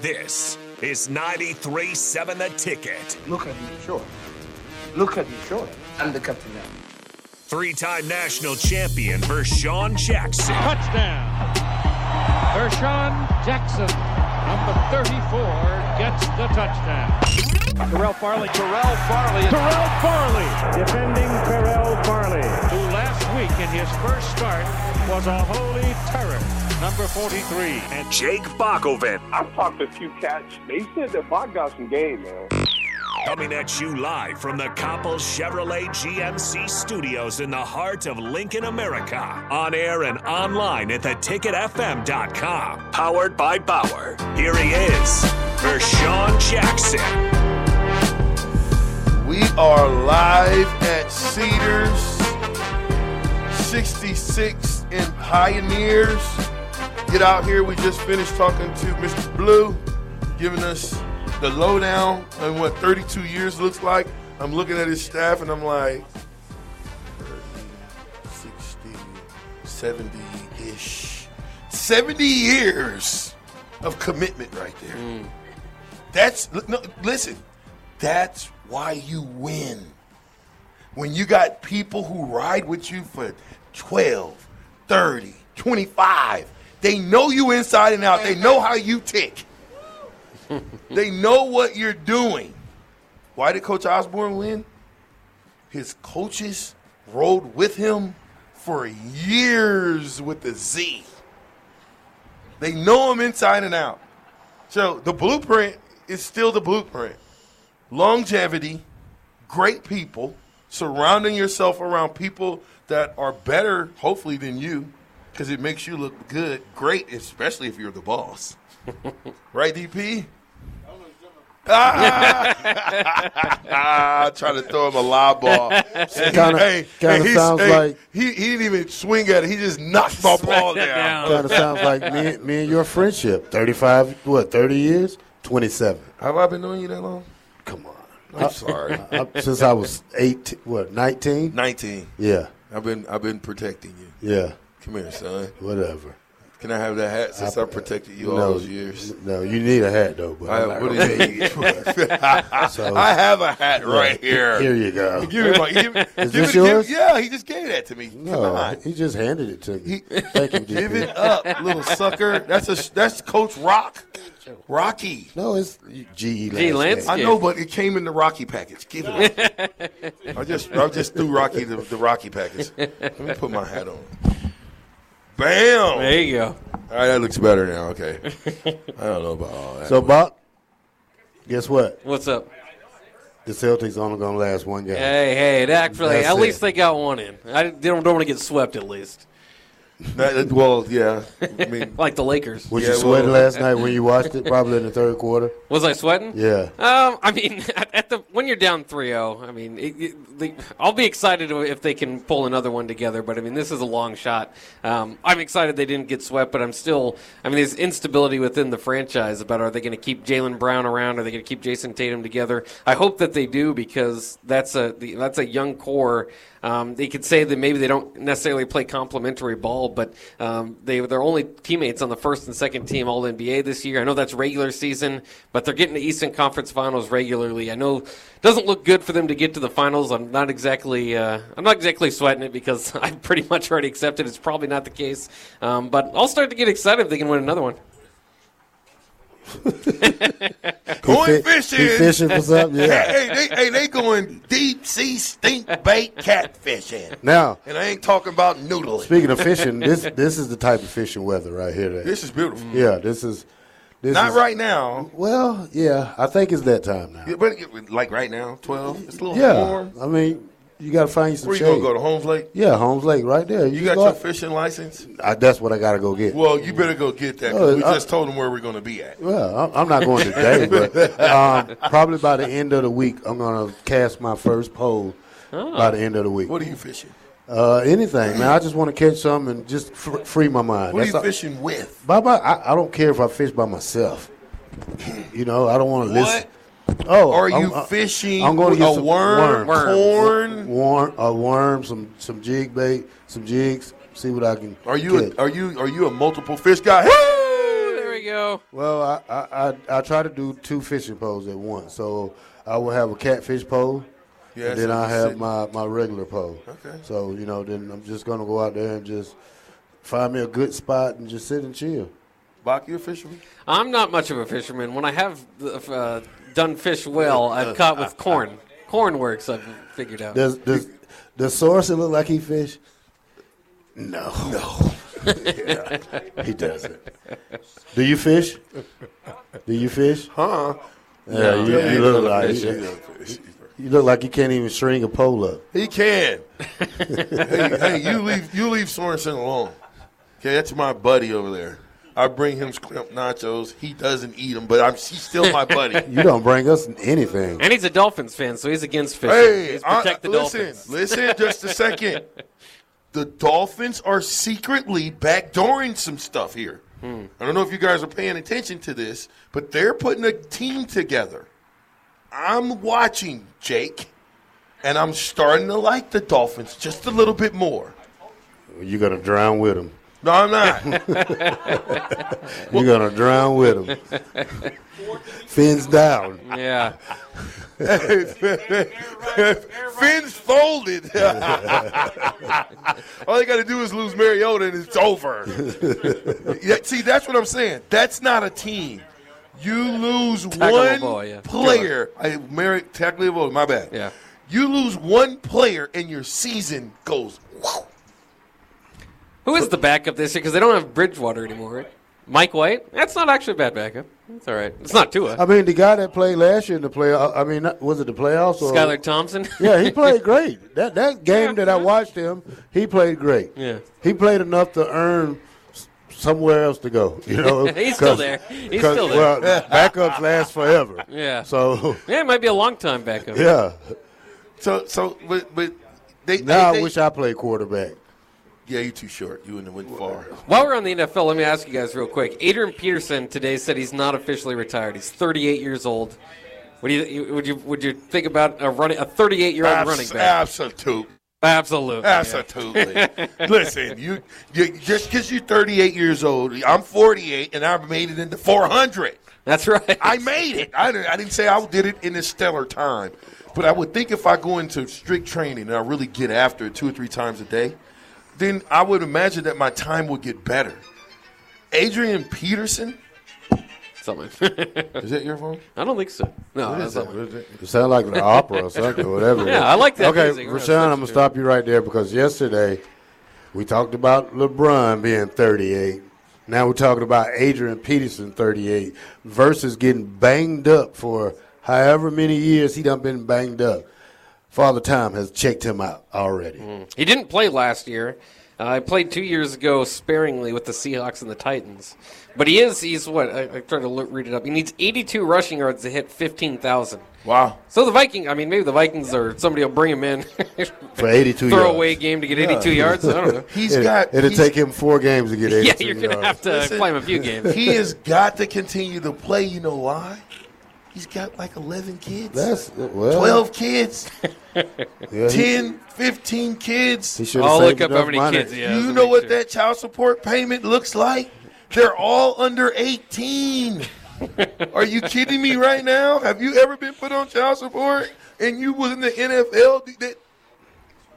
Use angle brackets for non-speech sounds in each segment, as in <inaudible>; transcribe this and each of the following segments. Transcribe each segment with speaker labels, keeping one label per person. Speaker 1: This is 93.7 The Ticket.
Speaker 2: Look at me, sure. Look at me, sure. I'm the captain now.
Speaker 1: Three time national champion Vershawn Jackson.
Speaker 3: Touchdown. Vershawn Jackson, number 34, gets the touchdown.
Speaker 4: Terrell Farley, Terrell Farley,
Speaker 3: Terrell Farley,
Speaker 5: Defending Terrell Farley.
Speaker 3: who last week in his first start was a holy terror, number 43.
Speaker 1: and Jake Bakoven.
Speaker 6: I've talked to a few cats. They said that Bach got some game, man.
Speaker 1: Coming at you live from the Coppel Chevrolet GMC studios in the heart of Lincoln, America. On air and online at theticketfm.com. Powered by Bauer. Here he is, Vershawn Jackson.
Speaker 7: We are live at Cedars 66 in Pioneers. Get out here. We just finished talking to Mr. Blue, giving us the lowdown on what 32 years looks like. I'm looking at his staff and I'm like, 30, 60, 70 ish. 70 years of commitment right there. That's, no, listen, that's why you win. When you got people who ride with you for 12, 30, 25, they know you inside and out. They know how you tick. they know what you're doing. Why did Coach Osborne win? His coaches rode with him for years with the Z. They know him inside and out. So the blueprint is still the blueprint longevity, great people, surrounding yourself around people that are better, hopefully, than you, because it makes you look good, great, especially if you're the boss. right,
Speaker 8: <laughs>
Speaker 7: DP? <laughs> Ah! trying to throw him a live ball.
Speaker 8: Kinda-
Speaker 7: hey,
Speaker 8: kinda
Speaker 7: hey, he's-
Speaker 8: sounds
Speaker 7: hey,
Speaker 8: like-
Speaker 7: he, he didn't even swing at it. He just knocked my ball down.
Speaker 8: kind of sounds like me, me and your friendship. 35, what, 30 years? 27.
Speaker 7: Have I been knowing you that long?
Speaker 8: Come on.
Speaker 7: I'm sorry.
Speaker 8: I, since I was 18, what, 19?
Speaker 7: 19.
Speaker 8: Yeah,
Speaker 7: I've been I've been protecting you.
Speaker 8: yeah,
Speaker 7: Come here, son.
Speaker 8: whatever.
Speaker 7: Can I have that hat since I, protected you all
Speaker 8: No,
Speaker 7: those years?
Speaker 8: No, you need a hat, though. But
Speaker 7: I,
Speaker 8: I'm not
Speaker 7: what do
Speaker 8: gonna
Speaker 7: you <laughs>
Speaker 8: pay
Speaker 7: mean? <laughs> I have a hat right here.
Speaker 8: Here
Speaker 7: <laughs>
Speaker 8: you go.
Speaker 7: Give me my. Give,
Speaker 8: Is
Speaker 7: give
Speaker 8: this
Speaker 7: it, give-
Speaker 8: yours?
Speaker 7: yeah, he just gave that to me. Come
Speaker 8: No,
Speaker 7: on.
Speaker 8: he just handed it to me. Thank you,
Speaker 7: <laughs> Give
Speaker 8: GP.
Speaker 7: it up, little sucker. That's a that's Coach Rock, Rocky.
Speaker 8: No, it's E GE.
Speaker 4: Gee,
Speaker 8: last
Speaker 4: E Lance.
Speaker 8: name.
Speaker 7: I know, but it came in the Rocky package. Give it. up. <laughs> I just I just threw Rocky the, the Rocky package. Let me put my hat on. Bam!
Speaker 4: There you go.
Speaker 7: All right, that looks better now. Okay. <laughs> I don't know about all that.
Speaker 8: So, Buck, guess what?
Speaker 4: What's up?
Speaker 8: The Celtics only going to last one game.
Speaker 4: Hey, hey, it actually,
Speaker 8: That's
Speaker 4: at least
Speaker 8: it.
Speaker 4: they got one in. I don't, don't want to get swept, at least.
Speaker 7: That- that- well, yeah. I <laughs> mean,
Speaker 4: Like the Lakers.
Speaker 8: Was
Speaker 7: Yeah,
Speaker 8: you sweating
Speaker 7: well- <laughs>
Speaker 8: last night when you watched it? Probably in the third quarter.
Speaker 4: Was I sweating?
Speaker 8: Yeah.
Speaker 4: Um, I mean, <laughs> at, at the when you're down 3-0, I mean, it, it, the, I'll be excited if they can pull another one together. But I mean, this is a long shot. Um, I'm excited they didn't get swept, but I'm still. I mean, there's instability within the franchise about are they going to keep Jalen Brown around? Are they going to keep Jason Tatum together? I hope that they do because that's a the, that's a young core. Um, they could say that maybe they don't necessarily play complementary ball, but um, they they're only teammates on the first and second team All NBA this year. I know that's regular season, but they're getting to Eastern Conference Finals regularly. I know it doesn't look good for them to get to the finals. I'm not exactly uh, I'm not exactly sweating it because <laughs> I pretty much already accepted it's probably not the case. Um, but I'll start to get excited if they can win another one.
Speaker 7: going
Speaker 8: Fi-
Speaker 7: fishing.
Speaker 8: He fishing for <laughs> something? Yeah.
Speaker 7: Hey, hey, they, hey, they going deep sea stink bait cat fishing.
Speaker 8: Now,
Speaker 7: And I ain't talking about noodling.
Speaker 8: speaking of fishing, this this is the type of fishing weather right here. That,
Speaker 7: This is beautiful. Mm.
Speaker 8: yeah, this is. This
Speaker 7: Not
Speaker 8: is-
Speaker 7: right now,
Speaker 8: Well, yeah, I think it's that time now.
Speaker 7: Yeah, but it- like right now, 12. It's a little
Speaker 8: Yeah,
Speaker 7: warm.
Speaker 8: I mean, you got to find you some
Speaker 7: Where you
Speaker 8: shade.
Speaker 7: going to go to Holmes Lake?
Speaker 8: yeah, Holmes Lake, right there.
Speaker 7: You
Speaker 8: just
Speaker 7: got
Speaker 8: go
Speaker 7: your
Speaker 8: out-
Speaker 7: fishing license?
Speaker 8: I, that's what I got to go get. Well,
Speaker 7: Well, you better go get that 'cause we
Speaker 8: Oh, I-
Speaker 7: just told them where we're going to be at.
Speaker 8: I'm, I'm not going today,
Speaker 7: <laughs>
Speaker 8: but um, probably by the end of the week, I'm going to cast my first pole. By the end of the week,
Speaker 7: What are you fishing?
Speaker 8: uh, anything, man. I just want to catch some and just fr- free my mind.
Speaker 7: What are
Speaker 8: That's
Speaker 7: you
Speaker 8: all-
Speaker 7: fishing with?
Speaker 8: By my, I, I don't care if I fish by myself. <clears throat> You know, I don't want to listen.
Speaker 7: What
Speaker 8: Oh,
Speaker 7: are
Speaker 8: I'm-
Speaker 7: you
Speaker 8: I-
Speaker 7: fishing?
Speaker 8: I'm going to get
Speaker 7: a
Speaker 8: some
Speaker 7: worm,
Speaker 8: worms.
Speaker 7: corn.
Speaker 8: worm, a worm, some some jig bait, some jigs. See what I can.
Speaker 7: Are you
Speaker 8: catch.
Speaker 7: a, are you are you a multiple fish guy?
Speaker 4: There we go.
Speaker 8: Well, I, I, I, I try to do two fishing poles at once. So I will have a catfish pole,
Speaker 7: Yeah,
Speaker 8: and
Speaker 7: that's
Speaker 8: then
Speaker 7: what
Speaker 8: I
Speaker 7: you
Speaker 8: have
Speaker 7: said.
Speaker 8: my, my regular pole.
Speaker 7: Okay.
Speaker 8: So, you know, then I'm just going to go out there and just find me a good spot and just sit and chill.
Speaker 7: Bach, you a fisherman?
Speaker 4: I'm not much of a fisherman. When I have uh, done fish well, I've caught with corn. Corn works. I've figured out.
Speaker 8: Does, does, does Sorensen look like he fish? No. No. <laughs> he doesn't. Do you fish? Do you fish?
Speaker 7: Huh?
Speaker 8: Yeah, you,
Speaker 7: Yeah,
Speaker 8: you
Speaker 7: he
Speaker 8: look
Speaker 7: don't
Speaker 8: like
Speaker 7: fish, he
Speaker 8: you,
Speaker 7: don't fish.
Speaker 8: look like you can't even string a pole up.
Speaker 7: He
Speaker 8: <laughs>
Speaker 7: can. hey, hey, you leave you leave Sorensen alone. Okay, that's my buddy over there. I bring him scrimp nachos. He doesn't eat them, but I'm he's still my
Speaker 8: <laughs>
Speaker 7: buddy.
Speaker 8: You don't bring us anything.
Speaker 4: And he's a Dolphins fan, so he's against fishing.
Speaker 7: hey,
Speaker 4: he's protect
Speaker 7: I-
Speaker 4: the
Speaker 7: listen,
Speaker 4: Dolphins.
Speaker 7: listen, just a
Speaker 4: <laughs>
Speaker 7: second. The Dolphins are secretly backdooring some stuff here.
Speaker 4: Hmm.
Speaker 7: I don't know if you guys are paying attention to this, but they're putting a team together. I'm watching Jake, and I'm starting to like the Dolphins just a little bit more.
Speaker 8: You're gonna drown with them.
Speaker 7: No, I'm
Speaker 4: <laughs>
Speaker 7: not.
Speaker 8: You're gonna drown with them. <laughs> Fins down.
Speaker 4: Yeah.
Speaker 7: Finn's folded. <laughs> All they got to do is lose Mariota and it's over. Yeah, See, that's what I'm saying. That's not a team. You lose one
Speaker 4: Tagovailoa, yeah.
Speaker 7: player. I Mary Tagliavolo. My bad.
Speaker 4: Yeah.
Speaker 7: You lose one player and your season goes. whew.
Speaker 4: Who is the backup this year? Because they don't have Bridgewater anymore. right? Mike White. That's not actually a bad backup. It's all right. It's not
Speaker 7: Uh,
Speaker 4: Tua.
Speaker 8: I mean, the guy that played last year in the play. I mean, not- was it the playoffs? Or,
Speaker 7: <laughs>
Speaker 4: Skylar Thompson.
Speaker 8: Yeah, he played great. That that game that I watched him, he played great.
Speaker 4: Yeah.
Speaker 8: he played enough to earn s- somewhere else to go. You know,
Speaker 4: <laughs> He's still
Speaker 8: 'cause-
Speaker 4: there. He's
Speaker 8: 'cause,
Speaker 4: still there.
Speaker 8: Well, backups last forever.
Speaker 4: <laughs> Yeah.
Speaker 8: So
Speaker 4: <laughs>
Speaker 8: <laughs>
Speaker 4: yeah, it might be a long time backup.
Speaker 8: yeah,
Speaker 7: So, so, but, but they. they-
Speaker 8: now
Speaker 7: they-
Speaker 8: I wish I played quarterback.
Speaker 7: Yeah, you too short. You in the wind far.
Speaker 4: While we're on the NFL, let me ask you guys real quick. Adrian Peterson today said he's not officially retired. He's 38 years old. What do you- you would you would you think about a running a 38 year old running back?
Speaker 7: Absolute.
Speaker 4: Absolutely.
Speaker 7: Absolutely. Listen, you, you just because you're 38 years old, I'm 48, and I made it into 400.
Speaker 4: That's right.
Speaker 7: I made it. I didn't, I didn't say I did it in a stellar time, but I would think if I go into strict training and I really get after it two or three times a day, then I would imagine that my time would get better. Adrian Peterson,
Speaker 4: <laughs> Something. <laughs>
Speaker 7: is that your phone?
Speaker 4: I don't think so. No,
Speaker 7: What is
Speaker 4: that's
Speaker 7: that?
Speaker 4: not.
Speaker 7: What is that?
Speaker 8: It sounded like the opera or something, or whatever.
Speaker 4: Yeah, I like that
Speaker 8: Okay,
Speaker 4: music. We're gonna
Speaker 8: Rashawn, I'm
Speaker 4: switch
Speaker 8: gonna
Speaker 4: to-
Speaker 8: stop you right there because yesterday we talked about LeBron being 38. Now we're talking about Adrian Peterson, 38, versus getting banged up for however many years he done been banged up. Father Time has checked him out already.
Speaker 4: He didn't play last year. Uh, he played two years ago sparingly with the Seahawks and the Titans. But he is, he's what? I, I tried to look, read it up. He needs 82 rushing yards to hit 15,000.
Speaker 7: Wow.
Speaker 4: So the Viking, I mean, maybe the Vikings or somebody will bring him in. <laughs>
Speaker 8: For 82
Speaker 4: Throwaway
Speaker 8: yards.
Speaker 4: game to get 82 yards. I
Speaker 8: <laughs>
Speaker 4: don't know.
Speaker 7: He's
Speaker 8: It,
Speaker 7: got.
Speaker 8: it'll
Speaker 7: he's-
Speaker 8: take him four games to get 82
Speaker 4: <laughs> yeah, you're going to
Speaker 8: yards.
Speaker 4: have to
Speaker 7: Listen.
Speaker 4: play him a few games.
Speaker 7: He has got to continue to play. You know why? He's got like 11 kids.
Speaker 8: That's well,
Speaker 7: 12 kids,
Speaker 8: yeah, he-
Speaker 7: 10, 15
Speaker 8: He
Speaker 7: kids.
Speaker 8: should have
Speaker 4: I'll
Speaker 8: saved
Speaker 4: look up
Speaker 8: enough
Speaker 4: how many
Speaker 8: money.
Speaker 4: kids he has.
Speaker 7: you
Speaker 4: to
Speaker 7: know
Speaker 4: make
Speaker 7: what
Speaker 4: sure.
Speaker 7: that child support payment looks like? They're all under 18. Are you kidding me right now? Have you ever been put on child support and you was in the NFL? Dude, That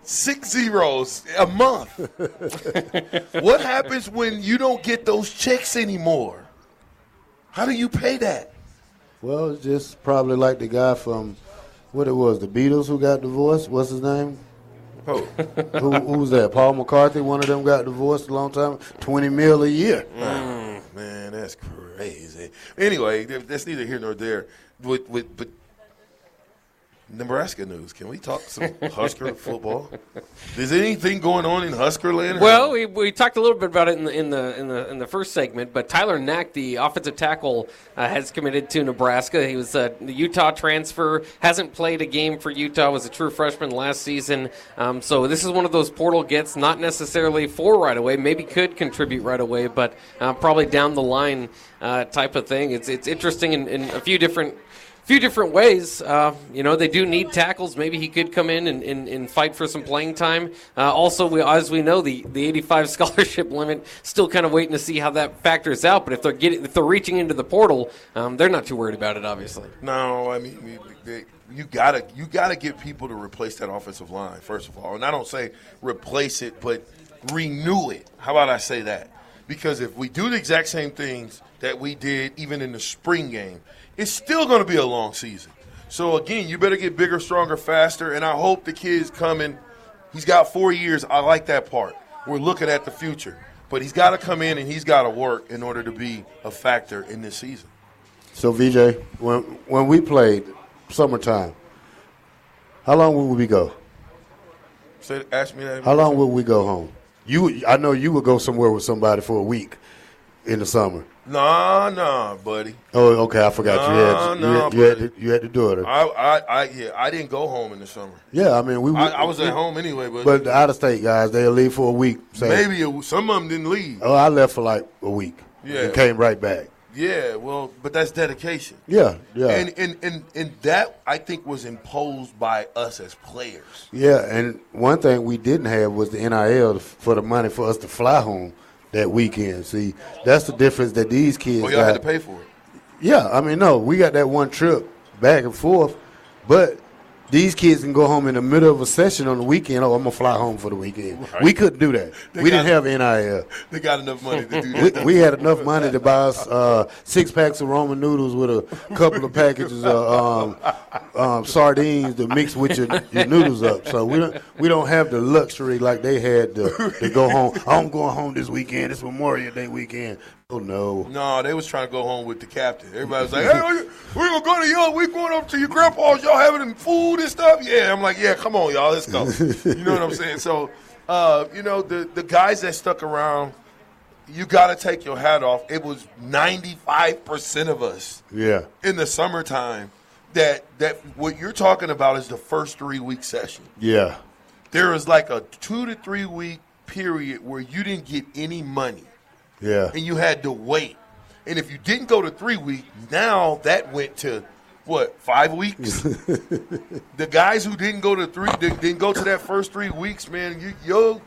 Speaker 7: six zeros a month. what happens when you don't get those checks anymore? How do you pay that?
Speaker 8: Well, it's just probably like the guy from what it was, the Beatles who got divorced. What's his name?
Speaker 7: Oh, <laughs>
Speaker 8: who, who was that? Paul McCarthy. One of them got divorced a long time. Twenty mil a year.
Speaker 7: Mm. Man, that's crazy. Anyway, th- that's neither here nor there. With with but Nebraska news. Can we talk some Husker football? Is anything going on in Husker land?
Speaker 4: Well, we, we talked a little bit about it in the in the in the, in the first segment, but Tyler Knack, the offensive tackle, uh, has committed to Nebraska. He was a Utah transfer, hasn't played a game for Utah, was a true freshman last season. Um, so this is one of those portal gets, not necessarily for right away, maybe could contribute right away, but uh, probably down the line uh, type of thing. It's it's interesting in, in a few different few different ways. Uh, you know, they do need tackles. Maybe he could come in and, and, and fight for some playing time. Uh, also, we, as we know, the, the 85 <laughs> scholarship limit still kind of waiting to see how that factors out. But if they're getting, if they're reaching into the portal, um, they're not too worried about it. Obviously,
Speaker 7: No, I mean you- they, you gotta you gotta get people to replace that offensive line first of all, and I don't say replace it, but renew it. How about I say that? Because if we do the exact same things that we did even in the spring game, it's still going to be a long season. So again, you better get bigger, stronger, faster, and I hope the kid's coming. He's got four years. I like that part. We're looking at the future, but he's got to come in and he's got to work in order to be a factor in this season.
Speaker 8: So VJ, when when we played summertime, how long would we go?
Speaker 7: So ask me that.
Speaker 8: How long would we go home? You, I know you would go somewhere with somebody for a week in the summer.
Speaker 7: Nah, nah, buddy.
Speaker 8: Oh, okay, I forgot you had
Speaker 7: No,
Speaker 8: you,
Speaker 7: no,
Speaker 8: had, you, had
Speaker 7: but-
Speaker 8: to, you had to do it.
Speaker 7: I, I, I, yeah, I didn't go home in the summer.
Speaker 8: Yeah, I mean we.
Speaker 7: I, I was at home anyway, but,
Speaker 8: but the out of state guys they'll leave for a week. Say,
Speaker 7: maybe it, some of them didn't leave.
Speaker 8: Oh, I left for like a week.
Speaker 7: Yeah.
Speaker 8: and came right back.
Speaker 7: Yeah, well, but that's dedication.
Speaker 8: Yeah, yeah,
Speaker 7: And, and and and that I think was imposed by us as players.
Speaker 8: yeah. And one thing we didn't have was the NIL for the money for us to fly home that weekend. See, that's the difference that these kids.
Speaker 7: Well, Oh, y'all had
Speaker 8: got.
Speaker 7: to pay for it.
Speaker 8: Yeah, I mean, no, we got that one trip back and forth, but these kids can go home in the middle of a session on the weekend. Oh, I'm gonna fly home for the weekend. We couldn't do that.
Speaker 7: They
Speaker 8: we
Speaker 7: got-
Speaker 8: didn't have NIL.
Speaker 7: They got enough money
Speaker 8: <laughs>
Speaker 7: to do
Speaker 8: We,
Speaker 7: that.
Speaker 8: we had enough money to buy us uh, six packs of ramen noodles with a couple of packages of um, um, sardines to mix with your, your noodles up. So we don't we don't have the luxury like they had to, to go home. I'm going home this weekend. It's Memorial Day weekend. Oh no.
Speaker 7: No, they was trying to go home with the captain. Everybody was like, "Hey, we- we gonna go to y'all. We going up to your grandpa's. Y'all having them food and stuff." Yeah, I'm like, "Yeah, come on, y'all, let's go." you know what I'm saying? So, uh, you know, the the guys that stuck around, you got to take your hat off. It was 95 percent of us
Speaker 8: Yeah.
Speaker 7: in the summertime that that what you're talking about is the first three week session
Speaker 8: Yeah.
Speaker 7: there was like a two to three week period where you didn't get any money
Speaker 8: Yeah.
Speaker 7: and you had to wait. And if you didn't go to three week, now that went to what five weeks. the guys who didn't go to three didn't, didn't go to that first three weeks, man. You, your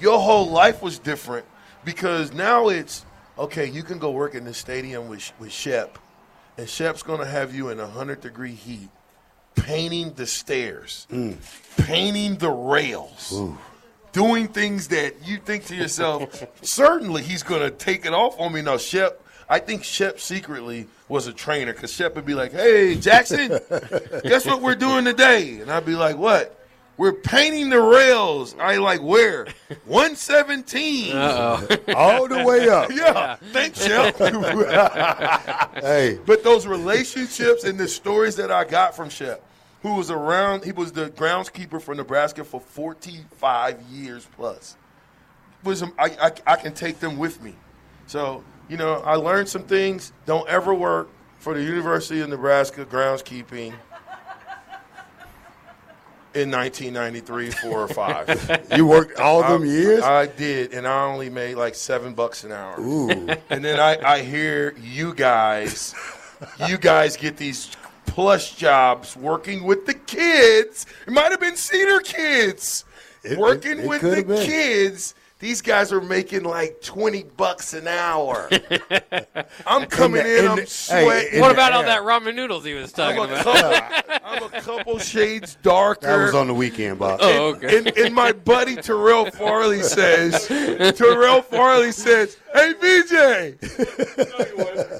Speaker 7: your whole life was different because now it's okay. You can go work in the stadium with with Shep, and Shep's gonna have you in a hundred degree heat, painting the stairs, painting the rails doing things that you think to yourself, certainly he's going to take it off on me. Now, Shep, I think Shep secretly was a trainer because Shep would be like, hey, Jackson, guess what we're doing today? And I'd be like, what? We're painting the rails. I like where? 117.
Speaker 8: All the way up.
Speaker 7: Yeah. Thanks, Shep.
Speaker 8: Hey.
Speaker 7: But those relationships and the stories that I got from Shep, who was around, he was the groundskeeper for Nebraska for 45 years plus. Was um, I, I, I can take them with me. So, you know, I learned some things. Don't ever work for the University of Nebraska groundskeeping in 1993, four or
Speaker 8: <laughs>
Speaker 7: five.
Speaker 8: You worked all
Speaker 7: I-
Speaker 8: them years?
Speaker 7: I did, and I only made like seven bucks an hour.
Speaker 8: Ooh.
Speaker 7: And then I, I hear you guys, you guys get these plush jobs working with the kids. It might have been Cedar kids
Speaker 8: It-
Speaker 7: working
Speaker 8: it- it
Speaker 7: with
Speaker 8: could
Speaker 7: the
Speaker 8: have been.
Speaker 7: kids. These guys are making like twenty bucks an hour.
Speaker 8: <laughs>
Speaker 7: I'm coming
Speaker 8: In
Speaker 7: in,
Speaker 8: the- in
Speaker 7: I'm
Speaker 8: the- hey,
Speaker 7: sweating.
Speaker 8: in
Speaker 4: what
Speaker 8: the
Speaker 4: about all
Speaker 8: air.
Speaker 4: that ramen noodles he was
Speaker 7: I'm
Speaker 4: talking
Speaker 7: a,
Speaker 4: about?
Speaker 7: couple, I'm a couple shades darker.
Speaker 8: That was on the weekend, Bob.
Speaker 4: Oh, okay.
Speaker 7: And, and my buddy Terrell Farley says, Terrell Farley says, hey, VJ,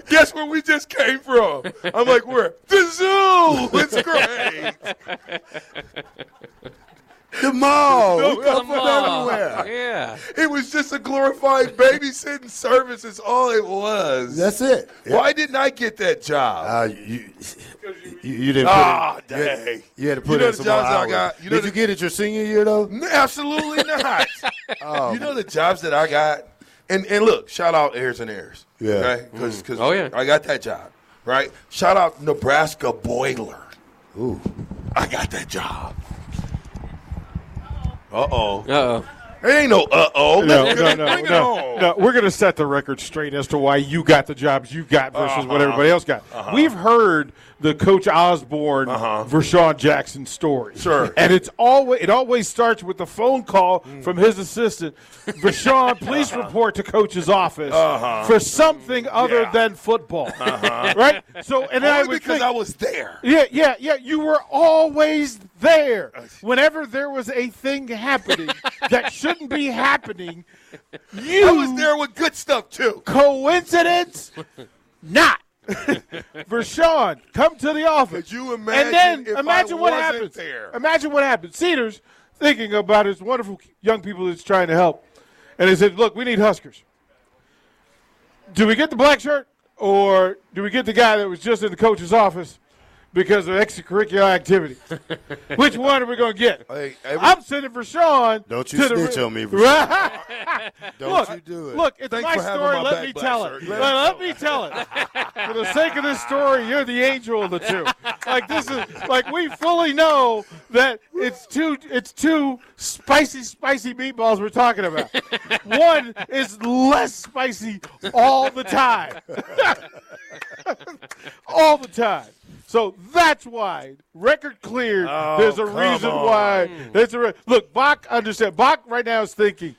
Speaker 7: guess where we just came from? I'm like, where? The zoo. It's great.
Speaker 8: the mall.
Speaker 7: No,
Speaker 8: we
Speaker 7: the
Speaker 8: come from
Speaker 4: Mall.
Speaker 8: everywhere.
Speaker 4: Yeah.
Speaker 7: It was just a glorified babysitting service is all it was.
Speaker 8: That's it. Yeah.
Speaker 7: Why didn't I get that job?
Speaker 8: Uh, you, you, you didn't put
Speaker 7: Ah,
Speaker 8: in, you,
Speaker 7: dang.
Speaker 8: had, you had to put
Speaker 7: You know
Speaker 8: in
Speaker 7: the
Speaker 8: some more
Speaker 7: jobs I
Speaker 8: hours.
Speaker 7: got- you know
Speaker 8: Did
Speaker 7: the-
Speaker 8: you get it your senior year, though?
Speaker 7: N- Absolutely <laughs> not.
Speaker 9: Oh,
Speaker 7: you know the jobs that I got, and and look, shout out Airs and Airs,
Speaker 8: Yeah.
Speaker 9: Mm.
Speaker 7: because
Speaker 4: Oh, yeah.
Speaker 7: I got that job, right? Shout out Nebraska Boiler,
Speaker 8: Ooh.
Speaker 7: I got that job. Uh oh,
Speaker 4: Uh oh.
Speaker 7: There ain't no uh oh.
Speaker 9: No, no, no,
Speaker 7: Bring it
Speaker 9: no,
Speaker 7: on.
Speaker 9: no. We're going to set the record straight as to why you got the jobs you got versus what everybody else got. We've heard the Coach Osborne, Vershawn Jackson story,
Speaker 7: Sure.
Speaker 9: and it's always it always starts with a phone call from his assistant, Vershawn. Please report to Coach's office for something other
Speaker 7: Yeah.
Speaker 9: than football, right? So, and then I
Speaker 7: Only
Speaker 9: would
Speaker 7: because
Speaker 9: think,
Speaker 7: I was there.
Speaker 9: yeah, yeah, yeah. You were always there. Whenever there was a
Speaker 7: <laughs>
Speaker 9: thing happening that shouldn't be happening, you
Speaker 7: I was there with good stuff too.
Speaker 9: Coincidence? Not. <laughs> Vershawn, come to the office.
Speaker 7: Could you imagine
Speaker 9: And then
Speaker 7: if I
Speaker 9: imagine what
Speaker 7: wasn't
Speaker 9: happens.
Speaker 7: there?
Speaker 9: Imagine what happens. Cedars thinking about his wonderful young people that's trying to help, and they said, "Look, we need Huskers. Do we get the black shirt, or do we get the guy that was just in the coach's office?" Because of extracurricular activity, which one are we going to get?
Speaker 8: Hey, every-
Speaker 9: I'm sending for Sean.
Speaker 8: Don't you snitch on
Speaker 9: <laughs>
Speaker 8: me, Rashawn.
Speaker 9: Right?
Speaker 8: Don't
Speaker 9: look,
Speaker 8: you do it.
Speaker 9: Look, it's
Speaker 7: Thanks
Speaker 9: my
Speaker 7: for having
Speaker 9: story.
Speaker 7: my
Speaker 9: Let
Speaker 7: back,
Speaker 9: me
Speaker 7: Black
Speaker 9: tell
Speaker 7: Shirt.
Speaker 9: it.
Speaker 7: Yeah.
Speaker 9: Let, let me
Speaker 7: <laughs>
Speaker 9: tell it. For the sake of this story, you're the angel of the two. Like this is like we fully know that it's two it's two spicy, spicy meatballs we're talking about. One is less spicy all the time. <laughs> all the time. So that's why record cleared.
Speaker 7: Oh,
Speaker 9: there's a reason why. There's a re- look. Bach understand. Bach right now is thinking,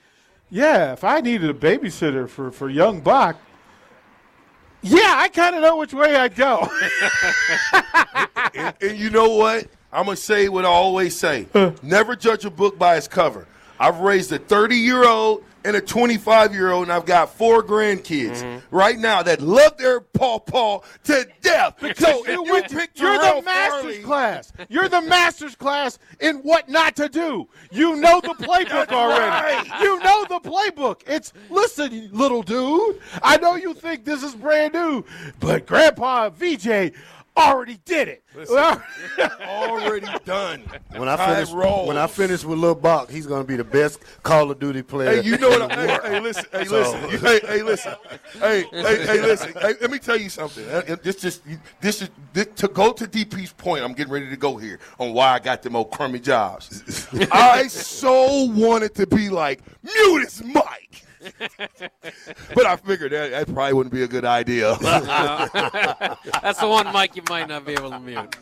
Speaker 9: yeah, if I needed a babysitter for for young Bach, yeah, I kind of know which way I'd go.
Speaker 7: and, and you know what? I'm gonna say what I always say: never judge a book by its cover. I've raised a 30 year old and a 25 year old, and I've got four grandkids
Speaker 9: Mm-hmm.
Speaker 7: right now that love their paw paw to
Speaker 9: <laughs>
Speaker 7: death. so if you
Speaker 9: went-
Speaker 7: pick
Speaker 9: you're
Speaker 7: Terrell
Speaker 9: the master's
Speaker 7: Farley-
Speaker 9: class. You're the master's class in what not to do. You know the playbook already.
Speaker 7: right.
Speaker 9: You know the playbook. It's listen, little dude. I know you think this is brand new, but Grandpa VJ already did it. Well,
Speaker 7: already done.
Speaker 9: <laughs>
Speaker 8: When I
Speaker 7: Time
Speaker 8: finish,
Speaker 7: rolls.
Speaker 8: when I finish with Lil Bach, he's gonna be the best Call of Duty player.
Speaker 7: Hey, you know
Speaker 8: in
Speaker 7: what?
Speaker 8: the
Speaker 7: I, hey,
Speaker 8: world.
Speaker 7: hey, listen. Hey,
Speaker 8: So-
Speaker 7: listen. You- Hey, hey, listen. Hey, hey, hey, listen. Hey, let me tell you something. Uh, uh, This just you- this is this, to go to DP's point. I'm getting ready to go here on why I got them old crummy jobs. I so wanted to be like mute is Mike. but I figured that, that probably wouldn't be a good idea.
Speaker 4: That's the one, Mike, you might not be able to mute.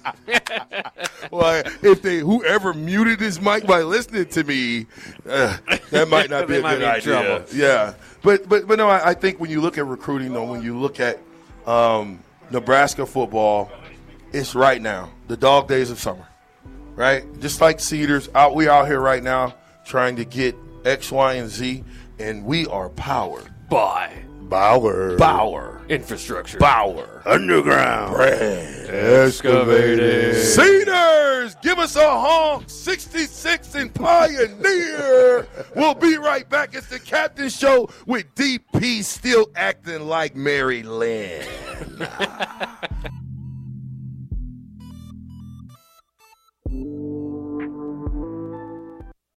Speaker 7: well, if they whoever muted his mic by listening to me, uh, that might
Speaker 4: <laughs>
Speaker 7: not be
Speaker 4: They
Speaker 7: a
Speaker 4: might
Speaker 7: good
Speaker 4: be in
Speaker 7: idea.
Speaker 4: trouble.
Speaker 7: Yeah, but but but no, I, I think when you look at recruiting, though, when you look at um, Nebraska football, it's right now the dog days of summer, right? Just like Cedars, out we out here right now trying to get X, Y, and Z, and we are powered
Speaker 4: Bye.
Speaker 8: Bauer,
Speaker 7: Bauer
Speaker 4: Infrastructure.
Speaker 7: Bauer
Speaker 8: underground,
Speaker 7: brand.
Speaker 8: excavated.
Speaker 7: Cedars, give us a honk. 66 and Pioneer. we'll be right back. It's the Captain Show <laughs> with DP still acting like Mary Lynn.